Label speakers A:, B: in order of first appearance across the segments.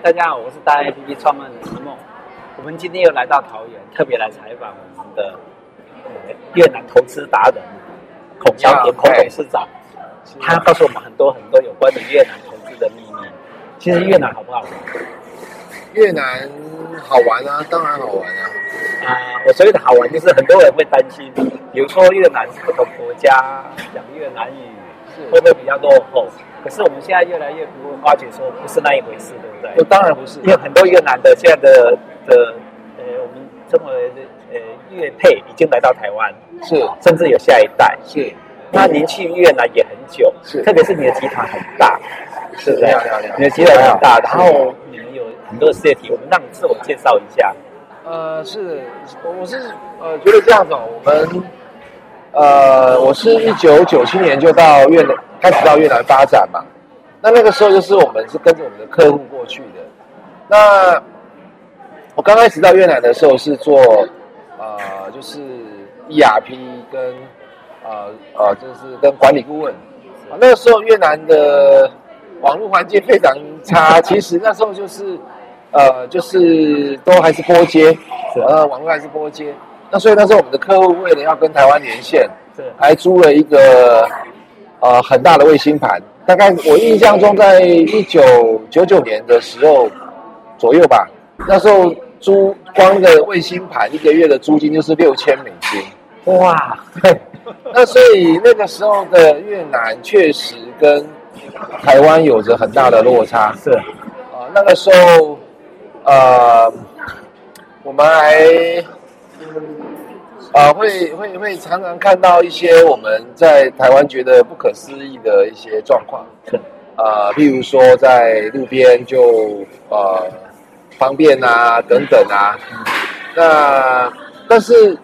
A: 大家好，我是大 APP 创办人石梦。我们今天又来到桃园，特别来采访我们的、呃越南投资达人孔小典孔董事长。他告诉我们很多很多有关的越南投资的秘密。其实越南好不啊好玩
B: 越南好玩啊，当然好玩啊。
A: 啊、我所谓的好玩，就是很多人会担心，比如说越南是不同国家讲越南语会不会比较落后？可是我们现在越来越不会发觉说不是那一回事，对哦不对？
B: 我当然不是
A: 因为很多越南的现在的的呃，我们称为呃越配已经来到台湾，
B: 是
A: 甚至有下一代。
B: 是
A: 那您去越南也很久，
B: 是
A: 特别是你的集团很大，是不是
B: 了了了？
A: 你的集团很大，
B: 了
A: 然后你们有很多事业体，我们让你自我介绍一下。
B: 呃，是，我我是呃觉得这样子、哦，我们呃，我是一九九七年就到越南开始到越南发展嘛。那那个时候就是我们是跟着我们的客户过去的。那我刚开始到越南的时候是做呃，就是 ERP 跟呃呃，就是跟管理顾问。啊那个时候越南的网络环境非常差，其实那时候就是呃，就是都还是拨接，
A: 是
B: 呃，网络还是拨接。那所以那时候我们的客户为了要跟台湾连线，
A: 是
B: 还租了一个呃很大的卫星盘，大概我印象中在一九九九年的时候左右吧，那时候租光一个卫星盘一个月的租金就是六千美金。
A: 哇，
B: 那所以那个时候的越南确实跟台湾有着很大的落差。
A: 是
B: 呃，那个时候，呃，我们还呃会会会常常看到一些我们在台湾觉得不可思议的一些状况。
A: 是
B: 呃，譬如说在路边就呃方便啊等等啊，那但是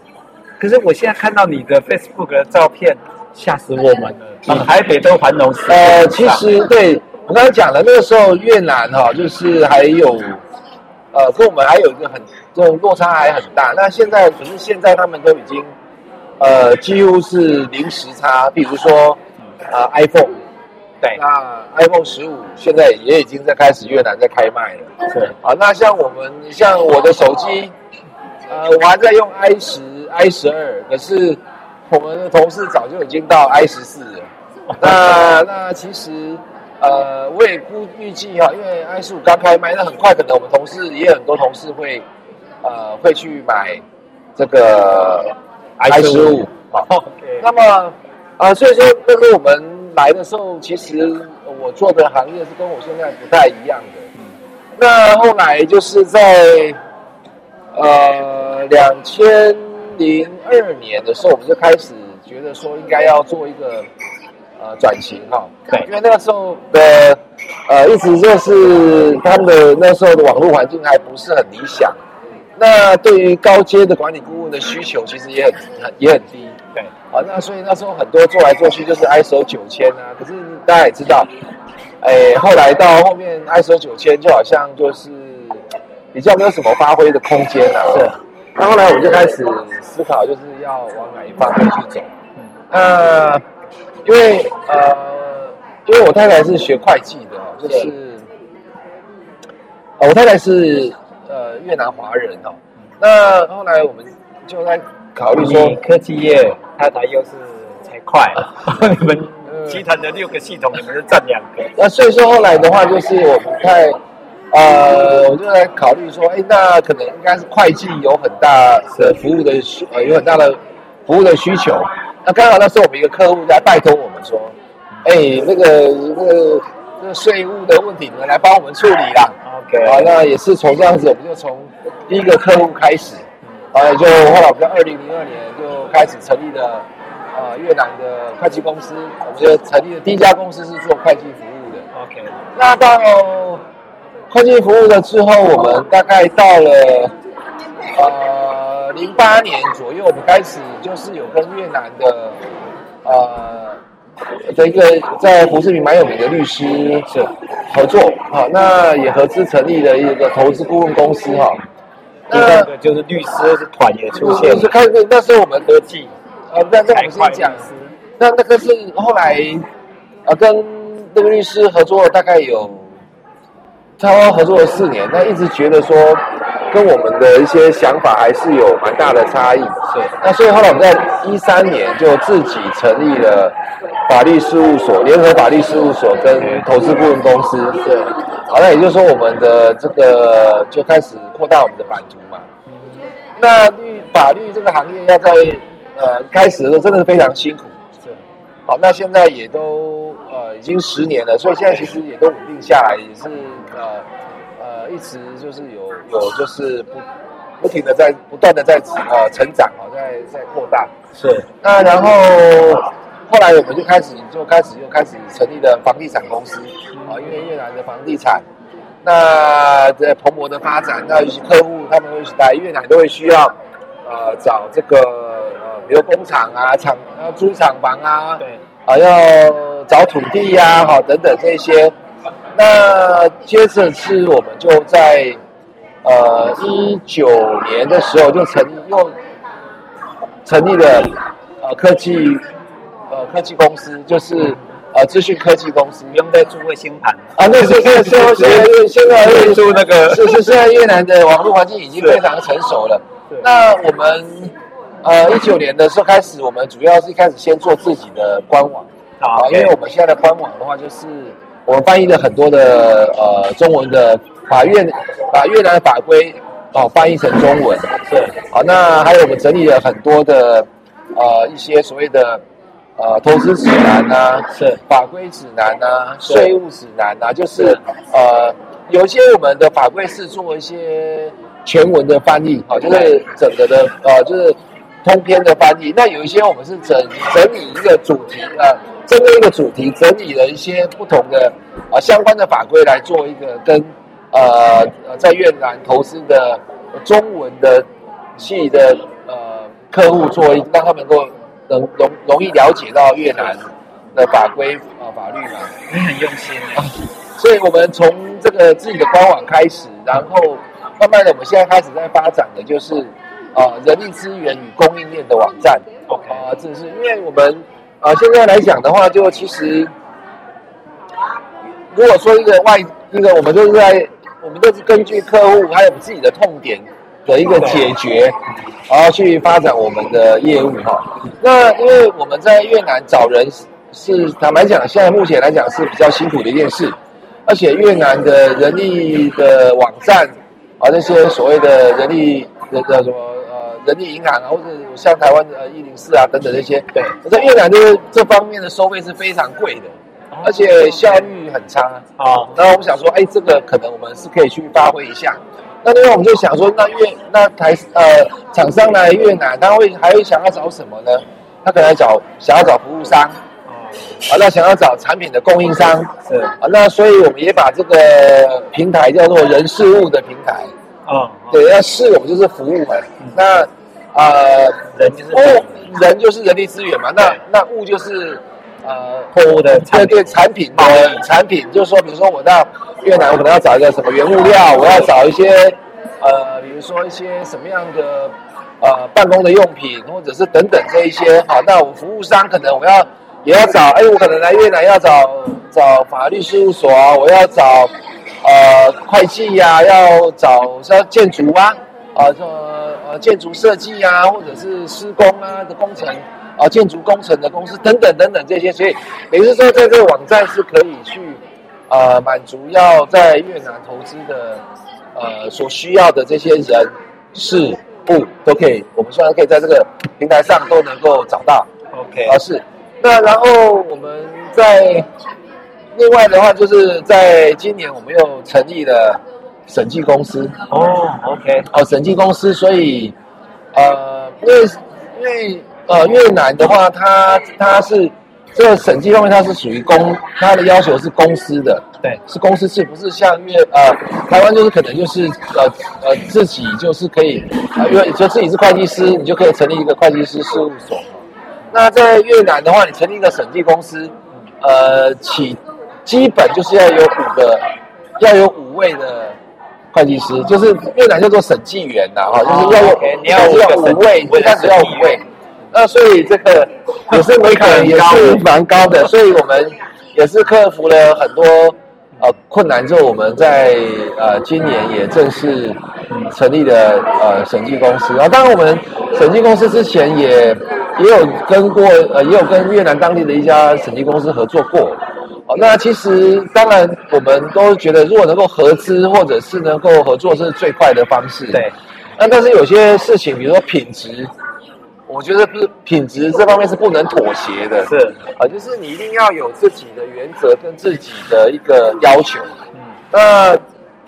A: 可是我现在看到你的 Facebook 的照片，吓死我们了，比台北都繁荣十倍
B: 嗯呃，
A: 以上
B: 其实对我刚才讲了，那个时候越南哈、就是还有呃，跟我们还有一个很这种落差还很大。那现在可是现在他们都已经呃几乎是零时差，比如说呃 iPhone，
A: 对
B: 那 iPhone 十五现在也已经在开始越南在开卖了。
A: 是
B: 啊，那像我们像我的手机，呃，我还在用 i 十、i 十二，可是我们的同事早就已经到 i 十四了。那那其实，呃，我也估预计哈、因为 i 十五刚开卖，那很快可能我们同事也有很多同事会，呃，会去买这个 i 十五
A: 15。
B: 好，
A: OK，
B: 那么，呃，所以说那时候我们来的时候，其实我做的行业是跟我现在不太一样的。那后来就是在呃两千零二年的时候，我们就开始觉得说应该要做一个呃转型哈、
A: 对
B: 因为那个时候的呃一直就是他们的那时候的网络环境还不是很理想，那对于高阶的管理顾问的需求其实也很很也很低。
A: 对，
B: 啊，那所以那时候很多做来做去就是 ISO 九千啊，可是大家也知道，哎，后来到后面 ISO 九千就好像就是比较没有什么发挥的空间了、
A: 是。
B: 那后来我就开始思考，就是要往哪一方面去走。
A: 嗯
B: 那、因为呃，因为我太太是学会计的哦，就是呃，我太太是呃越南华人哦。那后来我们就在考虑说
A: 你，科技业太太又是财会， 你
B: 呃
A: 们集团的六个系统，你们是占两个，
B: 那所以说后来的话，就是我们在呃，我就在考虑说，哎，那可能应该是会计有很大的服务的需，呃，有很大的服务的需求。那刚好那时候我们一个客户在拜托我们说，哎，那个那个那个税务的问题，你们来帮我们处理啦。
A: OK
B: 啊，那也是从这样子，我们就从第一个客户开始，啊，就后来我们在二零零二年就开始成立了呃越南的会计公司，我们就成立了第一家公司是做会计服务的。
A: OK，
B: 那到会计服务了之后，我们大概到了呃零八年左右，我们开始就是有跟越南的呃的一个在胡志明蛮有名的律师是合作，好，那也合资成立了一个投资顾问公司哈。
A: 第
B: 那
A: 二个就是律师团也出现
B: 就是
A: 了，
B: 开始那时候我们
A: 科技
B: 呃，那那我
A: 财会
B: 们先
A: 律
B: 讲
A: 师，
B: 那那个是啊后来，呃，跟那个律师合作大概有台湾合作了四年，那一直觉得说跟我们的一些想法还是有蛮大的差异。
A: 是
B: 那所以后来我们在一三年就自己成立了法律事务所，联合法律事务所跟投资顾问公司。对，好，那也就是说我们的这个就开始扩大我们的版图嘛。那律法律这个行业要在呃开始的时候真的是非常辛苦。
A: 是，
B: 好，那现在也都呃已经十年了，所以现在其实也都稳定下来，也是呃呃一直就是有有就是不不停的在不断的在呃成长啊，在在扩大。
A: 是
B: 那然后后来我们就开始就开始又开始成立了房地产公司啊，因为越南的房地产那在蓬勃的发展，那一些客户他们会来越南都会需要呃找这个呃比如工厂啊厂要租厂房啊，
A: 对，
B: 啊，要找土地呀、好等等这些。那接着是我们就在呃一九年的时候就成立又成立了呃科技呃科技公司，就是呃资讯科技公司
A: 不用再租卫星盘了。
B: 啊。那是现在现在现在现在
A: 直接
B: 越
A: 租那个
B: 是是现在越南的网络环境已经非常成熟了
A: 对。
B: 那我们呃一九年的时候开始，我们主要是一开始先做自己的官网。
A: 啊
B: 啊，因为我们现在的官网的话，就是我们翻译了很多的呃中文的法院把越南的法规哦翻译成中文，
A: 是
B: 好，那还有我们整理了很多的呃一些所谓的呃投资指南呐、
A: 是
B: 法规指南呐、
A: 是
B: 税务指南呐、就是
A: 是
B: 呃有一些我们的法规是做一些全文的翻译，哦好，就是
A: 对
B: 整个的呃就是通篇的翻译。那有一些我们是整整理一个主题呃，针对一个主题整理了一些不同的呃相关的法规来做一个跟呃呃在越南投资的中文的系的呃客户做一，让他们能够能容容易了解到越南的法规呃法律嘛。
A: 你很用心 欸
B: 所以我们从这个自己的官网开始，然后慢慢的，我们现在开始在发展的就是呃人力资源与供应链的网站。
A: OK
B: 啊、这是因为我们呃现在来讲的话，就其实如果说一个外一个，我们就是在我们都是根据客户还有自己的痛点的一个解决，然后去发展我们的业务哈。那因为我们在越南找人是是坦白讲，现在目前来讲是比较辛苦的一件事，而且越南的人力的网站啊，那些所谓的人力的叫什么呃人力银行啊，或者像台湾的呃一零四啊等等这些，
A: 对，
B: 我在越南就是这方面的收费是非常贵的，而且效率很差。
A: 哦，
B: 然后我们想说，哎，这个可能我们是可以去发挥一下。那另外我们就想说，那越那台呃厂商来越南，他会还会想要找什么呢？他可能找想要找服务商啊，
A: 哦，
B: 那想要找产品的供应商
A: 是
B: 啊，那所以我们也把这个平台叫做人事物的平台。
A: 哦，哦
B: 对，那事我们就是服务嘛，那呃
A: 人就是哦
B: 物人就是人力资源嘛，那那物就是呃
A: 货物的产
B: 对
A: 品
B: 对，产品
A: 贸
B: 的
A: 易
B: 产品，就是说，比如说我到越南，我可能要找一个什么原物料，我要找一些呃，比如说一些什么样的呃办公的用品，或者是等等这一些。好，那我服务商可能我要也要找，哎，我可能来越南要找找法律事务所啊，我要找呃会计呀、要找像建筑啊，啊、这呃建筑设计啊，或者是施工啊的工程啊、建筑工程的公司等等等等这些，所以也就是说，在这个网站是可以去呃满足要在越南投资的呃所需要的这些人事物都可以，我们虽然可以在这个平台上都能够找到。
A: OK，
B: 啊，是。那然后我们在另外的话，就是在今年我们又成立了审计公司
A: 哦，OK，
B: 哦，审计公司，所以呃，因为因为呃越南的话，它它是这个审计方面它是属于公，它的要求是公司的，
A: 对，
B: 是公司制，不是像越呃台湾就是可能就是呃呃自己就是可以，呃、因为就自己是会计师，你就可以成立一个会计师事务所。那在越南的话，你成立一个审计公司，呃，起基本就是要有五个，要有五位的会计师，就是越南叫做审计员呐，哈，
A: 哦
B: 就是要有、
A: OK，你要有
B: 要
A: 五个
B: 五位，
A: 审
B: 一开始要五位。那所以这个也是门槛也是蛮高的，所以我们也是克服了很多呃困难之后，我们在呃今年也正式成立了呃审计公司。然后，当然我们审计公司之前也也有跟过呃也有跟越南当地的一家审计公司合作过。哦，那其实当然我们都觉得，如果能够合资或者是能够合作，是最快的方式。
A: 对。
B: 那但是有些事情，比如说品质，我觉得是品质这方面是不能妥协的。
A: 是，
B: 啊，就是你一定要有自己的原则跟自己的一个要求。嗯，那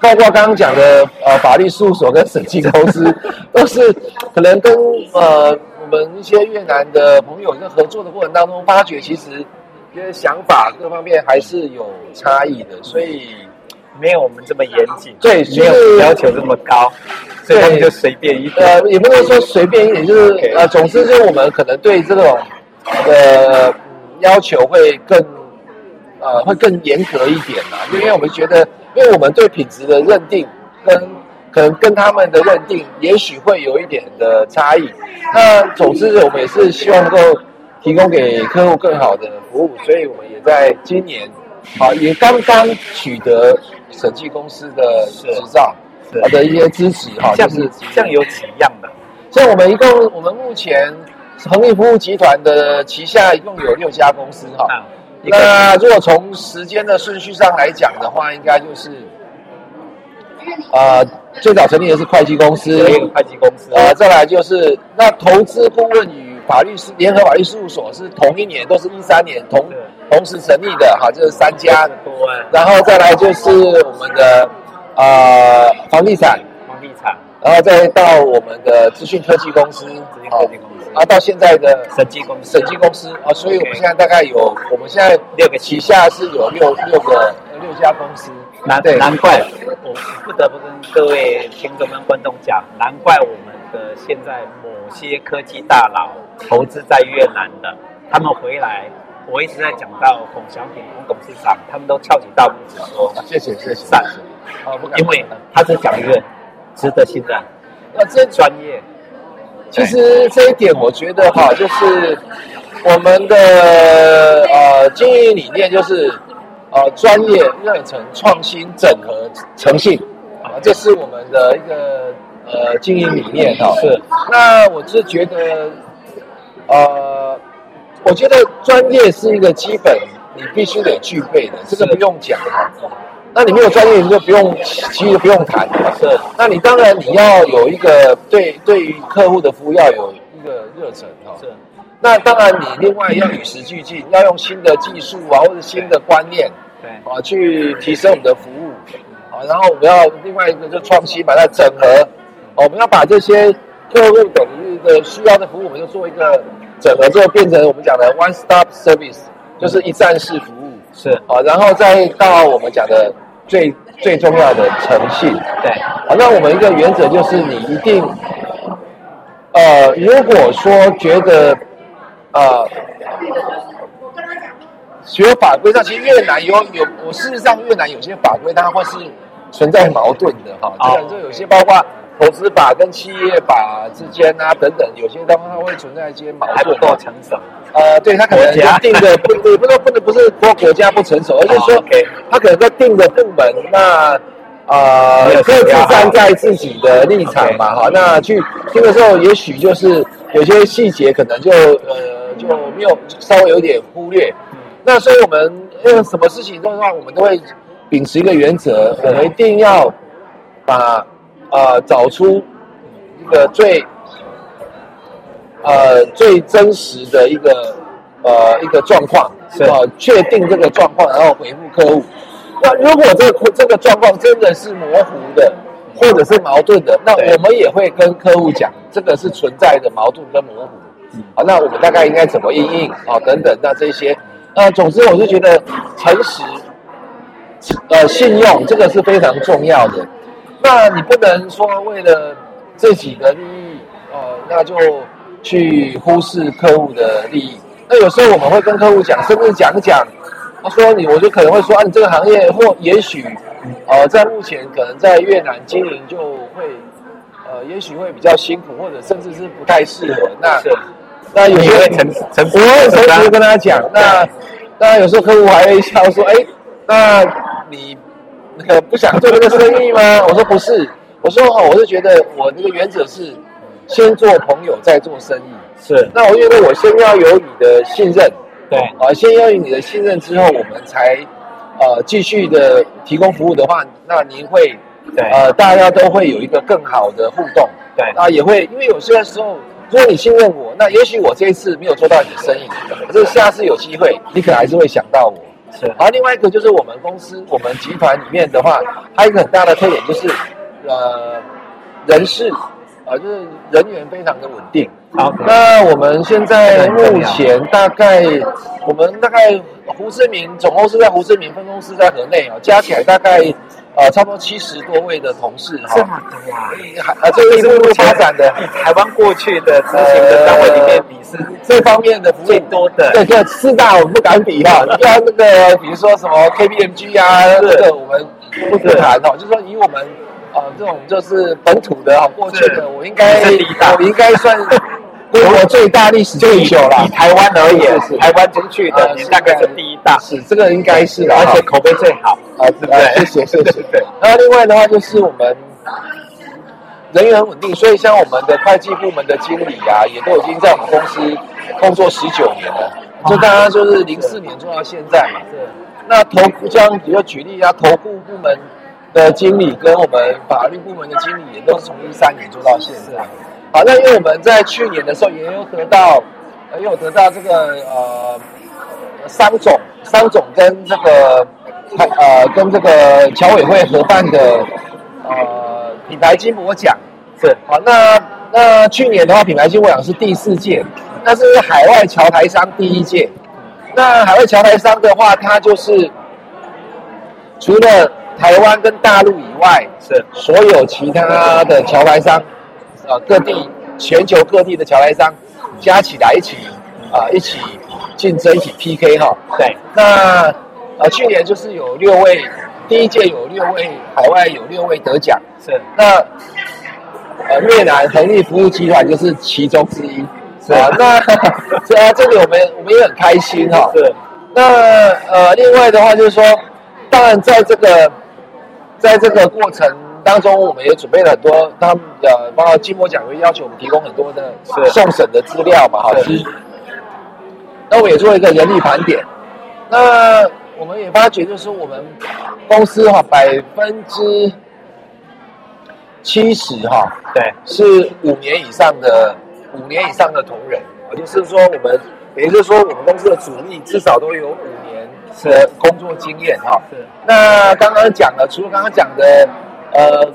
B: 包括刚刚讲的呃，法律事务所跟审计公司都是可能跟呃我们一些越南的朋友在合作的过程当中，发觉其实一些想法各方面还是有差异的，所以
A: 没有我们这么严谨，
B: 对
A: 没
B: 就是
A: 有要求这么高，所以他们就随便一点。
B: 呃也不能说随便一点，就是呃，总之就是我们可能对这种呃嗯要求会更呃会更严格一点啦，因为我们觉得，因为我们对品质的认定跟可能跟他们的认定，也许会有一点的差异。那总之，我们也是希望能够提供给客户更好的服务，所以我们也在今年啊，也刚刚取得审计公司的执照
A: 是
B: 啊的一些支持哈，
A: 像
B: 就是
A: 像有几样的，
B: 像我们一共，我们目前恒力服务集团的旗下一共有六家公司哈。
A: 啊，一个
B: 那如果从时间的顺序上来讲的话，应该就是，呃，最早成立的是会计公司，
A: 有一个会计公司，
B: 呃，再来就是那投资顾问与法律师联合法律事务所是同一年，都是一三年同同时成立的哈，这、是三家。
A: 多啊，
B: 然后再来就是我们的呃房地产，
A: 房地产、
B: 然后再到我们的资讯科技公司，
A: 资讯科技公司
B: 啊，到现在的
A: 审计公司
B: 审、计公司啊，所以我们
A: OK
B: 现在大概有，我们现在
A: 六个
B: 旗
A: 旗，
B: 下是有六六个六家公司，
A: 难
B: 对啊
A: 难怪我不得不跟各位听众跟观众讲，难怪我们的现在某些科技大佬投资在越南的，他们回来，我一直在讲到孔祥平孔董事长，他们都翘起大拇指说，
B: 啊谢谢谢谢谢
A: 赞
B: 谢，啊，不敢，
A: 因为他是讲一个值得信任、
B: 那这
A: 专业。
B: 其实这一点，我觉得哈，就是我们的呃经营理念就是呃专业、热忱、创新、整合、诚信啊、这是我们的一个呃经营理念哈。
A: 是，
B: 那我是觉得呃，我觉得专业是一个基本，你必须得具备的，这个
A: 是
B: 不用讲哈。那你没有专业，你就不用，其实不用谈了。
A: 是
B: 那你当然你要有一个对对于客户的服务要有一个热忱哈、哦。
A: 是
B: 那当然你另外要与时俱进，要用新的技术啊或者新的观念
A: 对
B: 啊去提升我们的服务啊。然后我们要另外一个就创新，把它整合、哦我们要把这些客户等于的需要的服务，我们就做一个整合，之后变成我们讲的 one stop service，就是一站式服务
A: 是，
B: 啊。然后再到我们讲的最最重要的诚信。
A: 对
B: 好，那我们一个原则就是，你一定，呃，如果说觉得，呃，学法规上，其实越南有有，我事实上越南有些法规它会是存在矛盾的哈，这
A: 哦
B: 个就有些包括投资法跟企业法之间啊等等，有些地方它会存在一些矛
A: 还不
B: 盾。
A: 够成熟。
B: 呃，对他可能
A: 国家
B: 定的不，也不能不能不是说国家不成熟，而是说
A: OK
B: 他可能在定的部门那。呃
A: 没有，
B: 各
A: 协
B: 自
A: 调好
B: 站在自己的立场嘛，哈、那去听的时候，也许就是有些细节可能就呃就没有稍微有点忽略。
A: 嗯
B: 那所以我们呃什么事情的话，我们都会秉持一个原则，我们一定要把呃找出一个最呃最真实的一个呃一个状况，
A: 是
B: 呃确定这个状况，然后回复客户。那如果这个这个状况真的是模糊的，或者是矛盾的，那
A: 对
B: 我们也会跟客户讲，这个是存在的矛盾跟模糊。好，那我们大概应该怎么应应？好，等等，那这些，那总之我是觉得诚实，呃，信用这个是非常重要的。那你不能说为了自己的利益，呃，那就去忽视客户的利益。那有时候我们会跟客户讲，甚至讲一讲，他说你，我就可能会说啊，你这个行业或也许，呃，在目前可能在越南经营就会，呃，也许会比较辛苦，或者甚至是不太适合。那
A: 是，
B: 那有
A: 你
B: 些
A: 会
B: 人
A: 诚诚
B: 我会诚实
A: 啊
B: 地跟他讲。那那有时候客户还会笑说，哎，那你那个不想做这个生意吗？我说不是，我说哦，我是觉得我那个原则是先做朋友再做生意。
A: 是
B: 那我觉得我先要有你的信任，
A: 对
B: 啊、先要有你的信任之后，我们才呃继续的提供服务的话，那您会
A: 对
B: 呃大家都会有一个更好的互动，
A: 对
B: 那啊也会因为有些时候，如果你信任我，那也许我这一次没有做到你的生意，可是下次有机会，你可能还是会想到我。
A: 是
B: 而另外一个就是我们公司、我们集团里面的话，还有一个很大的特点就是，呃，人事，呃，就是人员非常的稳定。
A: ，OK，
B: 那我们现在目前大概，我们大概胡志明总公司在胡志明，分公司在河内啊，加起来大概呃差不多七十多位的同事哈。
A: 这么多啊！
B: 还啊，这个一步步发展的
A: 台湾过去的咨询的单位里面，你是
B: 这方面的服务
A: 最多的。
B: 对对，四大我们不敢比哈、你看那个，比如说什么 KPMG 啊，这个我们不不谈哦，就是说以我们呃这种就是本土的哈、过去
A: 是
B: 的，我应该
A: 你是第一大
B: 我应该 算中国最大历史最久了
A: 以，台湾而言
B: 是是，
A: 台湾出去的
B: 呃
A: 你大概是第一大，
B: 是这个应该 是了哈，
A: 而且口碑最好。
B: 啊，对
A: 对
B: 谢谢谢谢
A: 对。
B: 然后另外的话就是我们人员很稳定，所以像我们的会计部门的经理啊，也都已经在我们公司工作十九年了。就大家就是零四年做到现在嘛。那投顾这样，比如举例啊，投顾部门的经理跟我们法律部门的经理也都是从一三年做到现在。好，那因为我们在去年的时候也有得到，呃也有得到这个呃商总商总跟这个呃跟这个侨委会合办的呃品牌金箔奖。
A: 是
B: 好，那那去年的话，品牌金箔奖是第四届，那是海外侨台商第一届。那海外侨台商的话，它就是除了台湾跟大陆以外，
A: 是
B: 所有其他的侨台商，呃，各地全球各地的侨台商加起来一起啊、一起竞争，一起 PK 哈。
A: 对，
B: 那呃，去年就是有六位，第一届有六位海外有六位得奖，
A: 是
B: 那呃，越南恒力服务集团就是其中之一。
A: 是
B: 啊，那 这啊，这里我们我们也很开心哈、
A: 是
B: 那呃，另外的话就是说，当然在这个在这个过程当中，我们也准备了很多他们的，呃包括金模奖会要求我们提供很多的
A: 是
B: 送审的资料嘛，哈。
A: 对
B: 其实那我们也做一个人力盘点。那我们也发觉，就是说我们公司哈百分之七十哈
A: 对
B: 是五年以上的五年以上的同仁，也就是说我们，也就是说我们公司的主力至少都有五年的工作经验哈。
A: 是
B: 那刚刚讲了，除了刚刚讲的，呃，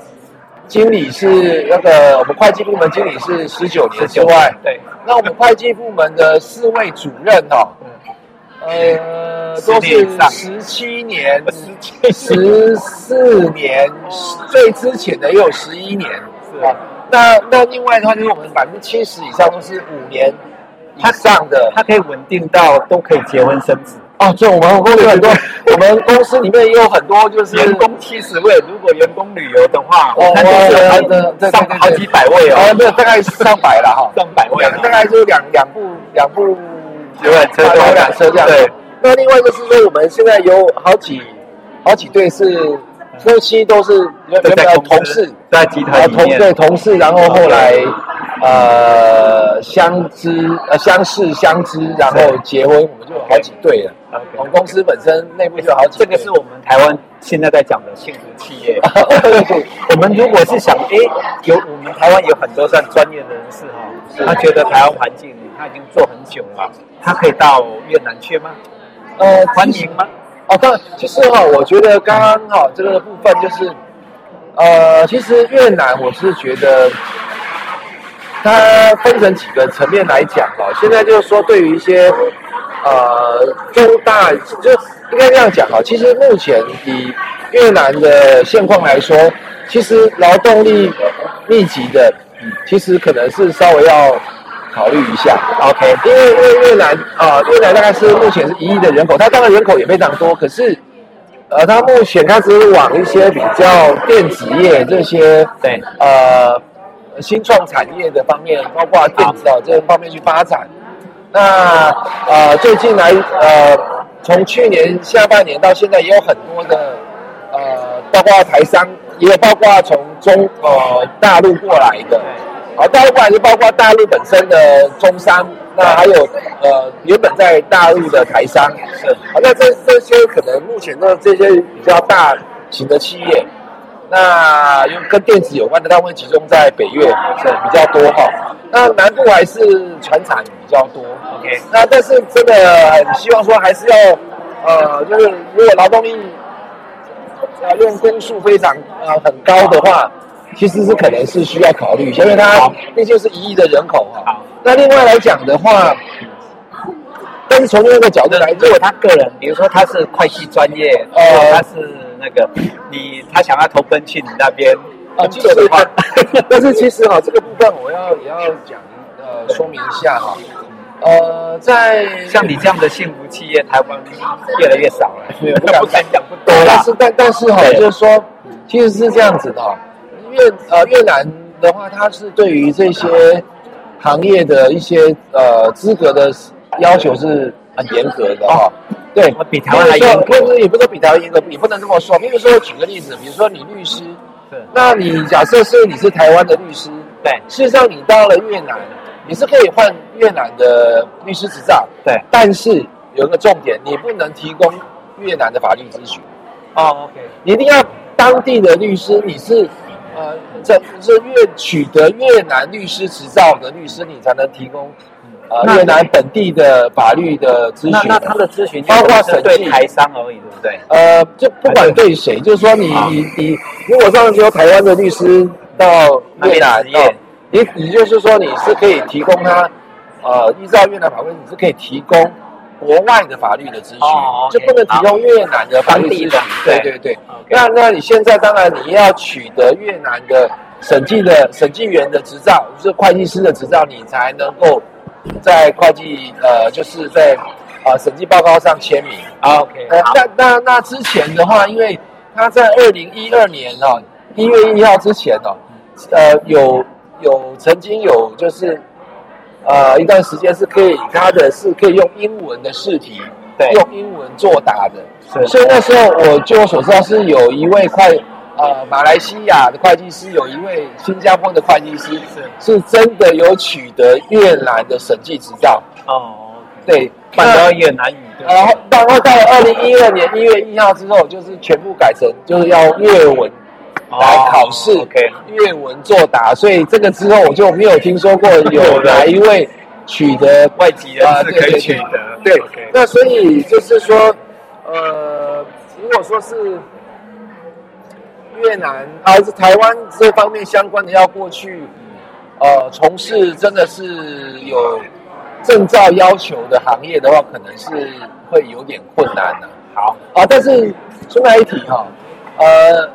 B: 经理是那个我们会计部门经理是十九年之外，
A: 对，
B: 那我们会计部门的四位主任哦，
A: 嗯
B: 呃，
A: 十
B: 都
A: 年
B: 是
A: 以上
B: 十七年、
A: 十七
B: 十四年，最之前的也有十一年。
A: 是
B: 啊，那那另外的话，就是我们百分之七十以上都是五年以上的。
A: 他可以稳定到都可以结婚生子，
B: 哦，对，我们公司很多，我们公司里面也有很多就是
A: 员工七十位，如果员工旅游的话，
B: 哦
A: 我看都
B: 我
A: 是
B: 对对对
A: 好上好几百位
B: 哦，
A: 哦，
B: 没有，大概上百了哈，
A: 上百位
B: 两大
A: 哦，
B: 概就是两两部两部
A: 游览车
B: 大概有辆车这样。
A: 对，
B: 那另外就是说，我们现在有好几好几对是夫妻，都是 原
A: 都
B: 原本
A: 在
B: 的
A: 公司
B: 同事，
A: 在集团
B: 呃，
A: 里
B: 同
A: 面，
B: 对同事，然后后来呃相知呃相识相知，然后结婚，我们就有好几对了。
A: OK
B: 我们公司本身内部就有好几啊
A: 这
B: 对，
A: 个是 我们台湾现在在讲的幸福企业。 我们如果是想，哎，有我们台湾有很多算专业的人士哈、哦，他觉得台湾环境他已经做很久了，他可以到越南去吗？
B: 呃
A: 欢迎吗？
B: 哦，当然，其实哈、我觉得刚刚哈、这个部分就是，呃，其实越南我是觉得，它分成几个层面来讲哈、现在就是说，对于一些呃中大，就是应该这样讲哈、其实目前以越南的现况来说，其实劳动力密集的，嗯其实可能是稍微要考虑一下。
A: OK，
B: 因为因为越南啊、越南大概是目前是一亿的人口，它当然人口也非常多，可是呃，它目前它只是往一些比较电子业这些
A: 对
B: 呃新创产业的方面，包括电子啊这方面去发展。那呃，最近来呃，从去年下半年到现在，也有很多的包括台商，也有包括从中呃大陆过来的。好，大陆过来就包括大陆本身的中商，那还有呃原本在大陆的台商。
A: 是
B: 好，那这这些可能目前的这些比较大型的企业，那因为跟电子有关的，它会集中在北越比较多哈。那南部还是船产比较多。
A: OK，
B: 那但是真的很希望说还是要，呃，就是如果劳动力，呃，用工数非常呃很高的话，其实是可能是需要考虑一下，因为它毕竟是一亿的人口哈、
A: 好
B: 那另外来讲的话，但是从另一个角度来，
A: 如果
B: 如果
A: 他个人，比如说他是会计专业，
B: 哦
A: 哦，他是那个你他想要投奔去你那边
B: 啊，
A: 工
B: 其
A: 作的
B: 实
A: 话，
B: 但是其实哈，这个部分我要也要讲呃说明一下哈，呃，在
A: 像你这样的幸福企业，台湾越来越少了，啊
B: 对
A: 不
B: 不敢
A: 敢讲不多
B: 对，但
A: 了。
B: 是但但是哈，
A: 对
B: 就是说，其实是这样子的哦、越呃越南的话，它是对于这些行业的一些呃资格的要求是很严格的哈、对，
A: 哦比台湾还
B: 比如说
A: 严格
B: 不是也不是说比台湾严格，也不能这么说。比如说举个例子，比如说你律师，
A: 是
B: 那你假设是你是台湾的律师，
A: 对
B: 事实上你到了越南，你是可以换越南的律师执照，
A: 对，
B: 但是有一个重点，你不能提供越南的法律咨询。
A: 哦，OK，
B: 你一定要当地的律师，你是呃，这是越取得越南律师执照的律师，你才能提供呃
A: 那
B: 越南本地的法律的咨
A: 那
B: 询。
A: 那他的咨询
B: 包括
A: 就是
B: 审
A: 对
B: 计
A: 台商而已，对不对？
B: 呃，就不管对谁，就是说你
A: 啊
B: 你你，如果上说台湾的律师到越南
A: 那边执业
B: 哦，你你就是说你是可以提供他呃，依照越南法规，你是可以提供国外的法律的咨询，
A: 哦，OK，
B: 就不能提供越南的法律咨询
A: 好。
B: 对
A: 当地的
B: 对对。
A: OK
B: 那那你现在当然你要取得越南的审计的审计员的执照，就是会计师的执照，你才能够在会计呃，就是在呃审计报告上签名。
A: OK，
B: 呃
A: 好，
B: 那那那之前的话，因为他在二零一二年哦，一月一号之前哦，呃，有有曾经有就是呃一段时间是可以他的是可以用英文的试题，
A: 对
B: 用英文作答的，
A: 是
B: 所以那时候我据我所知道是有一位会呃马来西亚的会计师，有一位新加坡的会计师
A: 是
B: 是真的有取得越南的审计执照，
A: 哦，
B: 对，
A: 半
B: 那
A: 到越南语，对不
B: 然后，然后到了二零一二年一月一号之后，就是全部改成就是要阅文
A: 对
B: 来考试
A: 哦，OK，
B: 阅文作答，所以这个之后我就没有听说过有哪一位取得
A: 外籍人
B: 啊
A: 士可
B: 对对
A: 以取
B: 对
A: 得，
B: 对
A: OK
B: 那所以就是说，呃，如果说是越南啊，是台湾这方面相关的要过去，呃，从事真的是有证照要求的行业的话，可能是会有点困难的、
A: 好，
B: 啊，但是顺便一提哈、呃，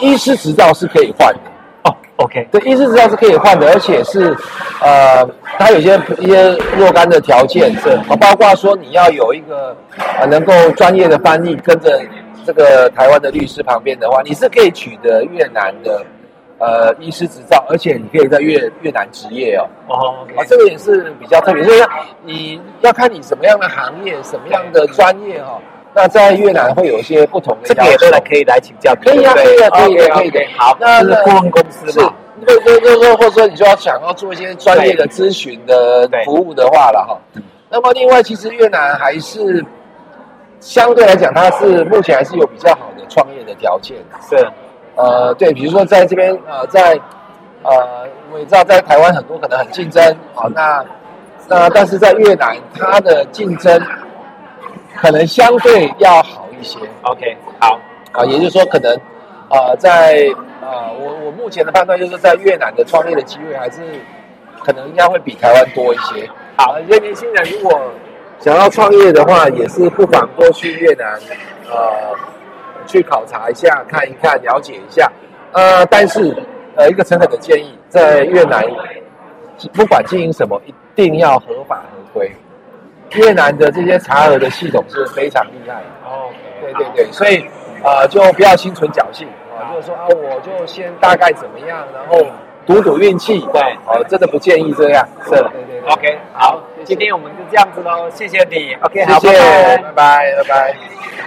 B: 医师执照是可以换的。
A: 哦，OK，
B: 对，医师执照是可以换的，而且是，呃，它有些一些若干的条件是，啊，包括说你要有一个呃能够专业的翻译跟着这个台湾的律师旁边的话，你是可以取得越南的呃医师执照，而且你可以在越越南执业哦。
A: 哦
B: 啊，
A: ，OK，
B: 这个也是比较特别，就是你要看你什么样的行业、什么样的专业哈、哦。那在越南会有一些不同的
A: 这个
B: 要
A: 也
B: 求
A: 都来可以来请教你，
B: 可以啊，可
A: 对
B: 以
A: 不
B: 啊，可
A: 对
B: 以啊，可以
A: OK，OK，
B: 的。
A: 好，
B: 那
A: 这是顾问公司
B: 是
A: 嘛，，
B: 对对对对，或者说你就要想要做一些专业的咨询的
A: 对
B: 服务的话了哈
A: 嗯。
B: 那么另外，其实越南还是相对来讲，它是目前还是有比较好的创业的条件。
A: 是
B: 呃，对，比如说在这边呃，在呃，我也知道在台湾很多可能很竞争，好、那那但是在越南，它的竞争可能相对要好一些。
A: OK，好，
B: 啊，也就是说，可能呃，在呃，我我目前的判断就是在越南的创业的机会还是可能应该会比台湾多一些。
A: 好
B: 啊，一些年轻人如果想要创业的话，也是不妨多去越南呃去考察一下，看一看，了解一下。呃，但是呃，一个诚恳的建议，在越南不管经营什么，一定要合法合规。越南的这些查核的系统是非常厉害的。
A: 哦，
B: 对对对，啊所以呃，就不要心存侥幸啊，就是说啊，我就先大概怎么样，然后赌赌运气，
A: 对
B: 哦，真的不建议这样，
A: 是
B: 对对对
A: ，OK，好，今天我们就这样子喽，谢谢你，OK，好，
B: 谢
A: 拜
B: 谢
A: 拜，
B: 拜拜拜拜。